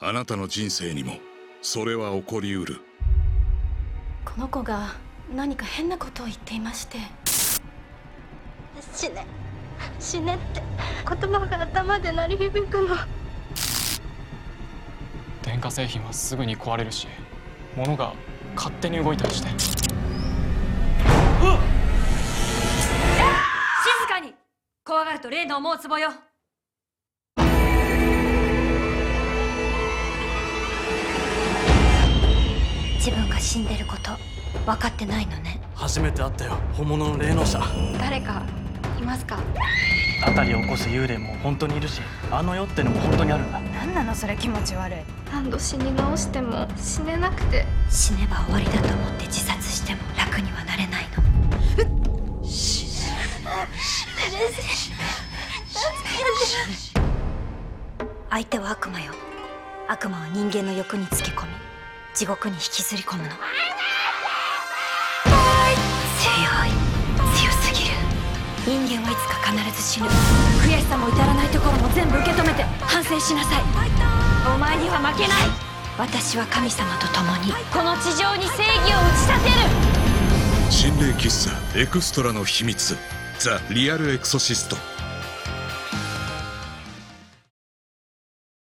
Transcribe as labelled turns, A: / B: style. A: あなたの人生にもそれは起こりうる
B: この子が何か変なことを言っていまして
C: 死ね死ねって言葉が頭で鳴り響くの
D: 電化製品はすぐに壊れるし物が勝手に動いたりして
E: 静かに怖がると例の思うつぼよ
C: 自分が死んでること分かってないのね
F: 初めて会ったよ本物の霊能者
C: 誰かいますか
F: 辺りを起こす幽霊も本当にいるしあの世ってのも本当にあるんだ
G: 何なのそれ気持ち悪い
C: 何度死に直しても死ねなくて死ねば終わりだと思って自殺しても楽にはなれないの相手は悪魔よ悪魔は人間の欲につけ込み地獄に引きずり込むの強い強すぎる人間はいつか必ず死ぬ悔しさも至らないところも全部受け止めて反省しなさいお前には負けない私は神様と共にこの地上に正義を打ち立てる
A: 心霊喫茶エクストラの秘密ザ・リアルエクソシスト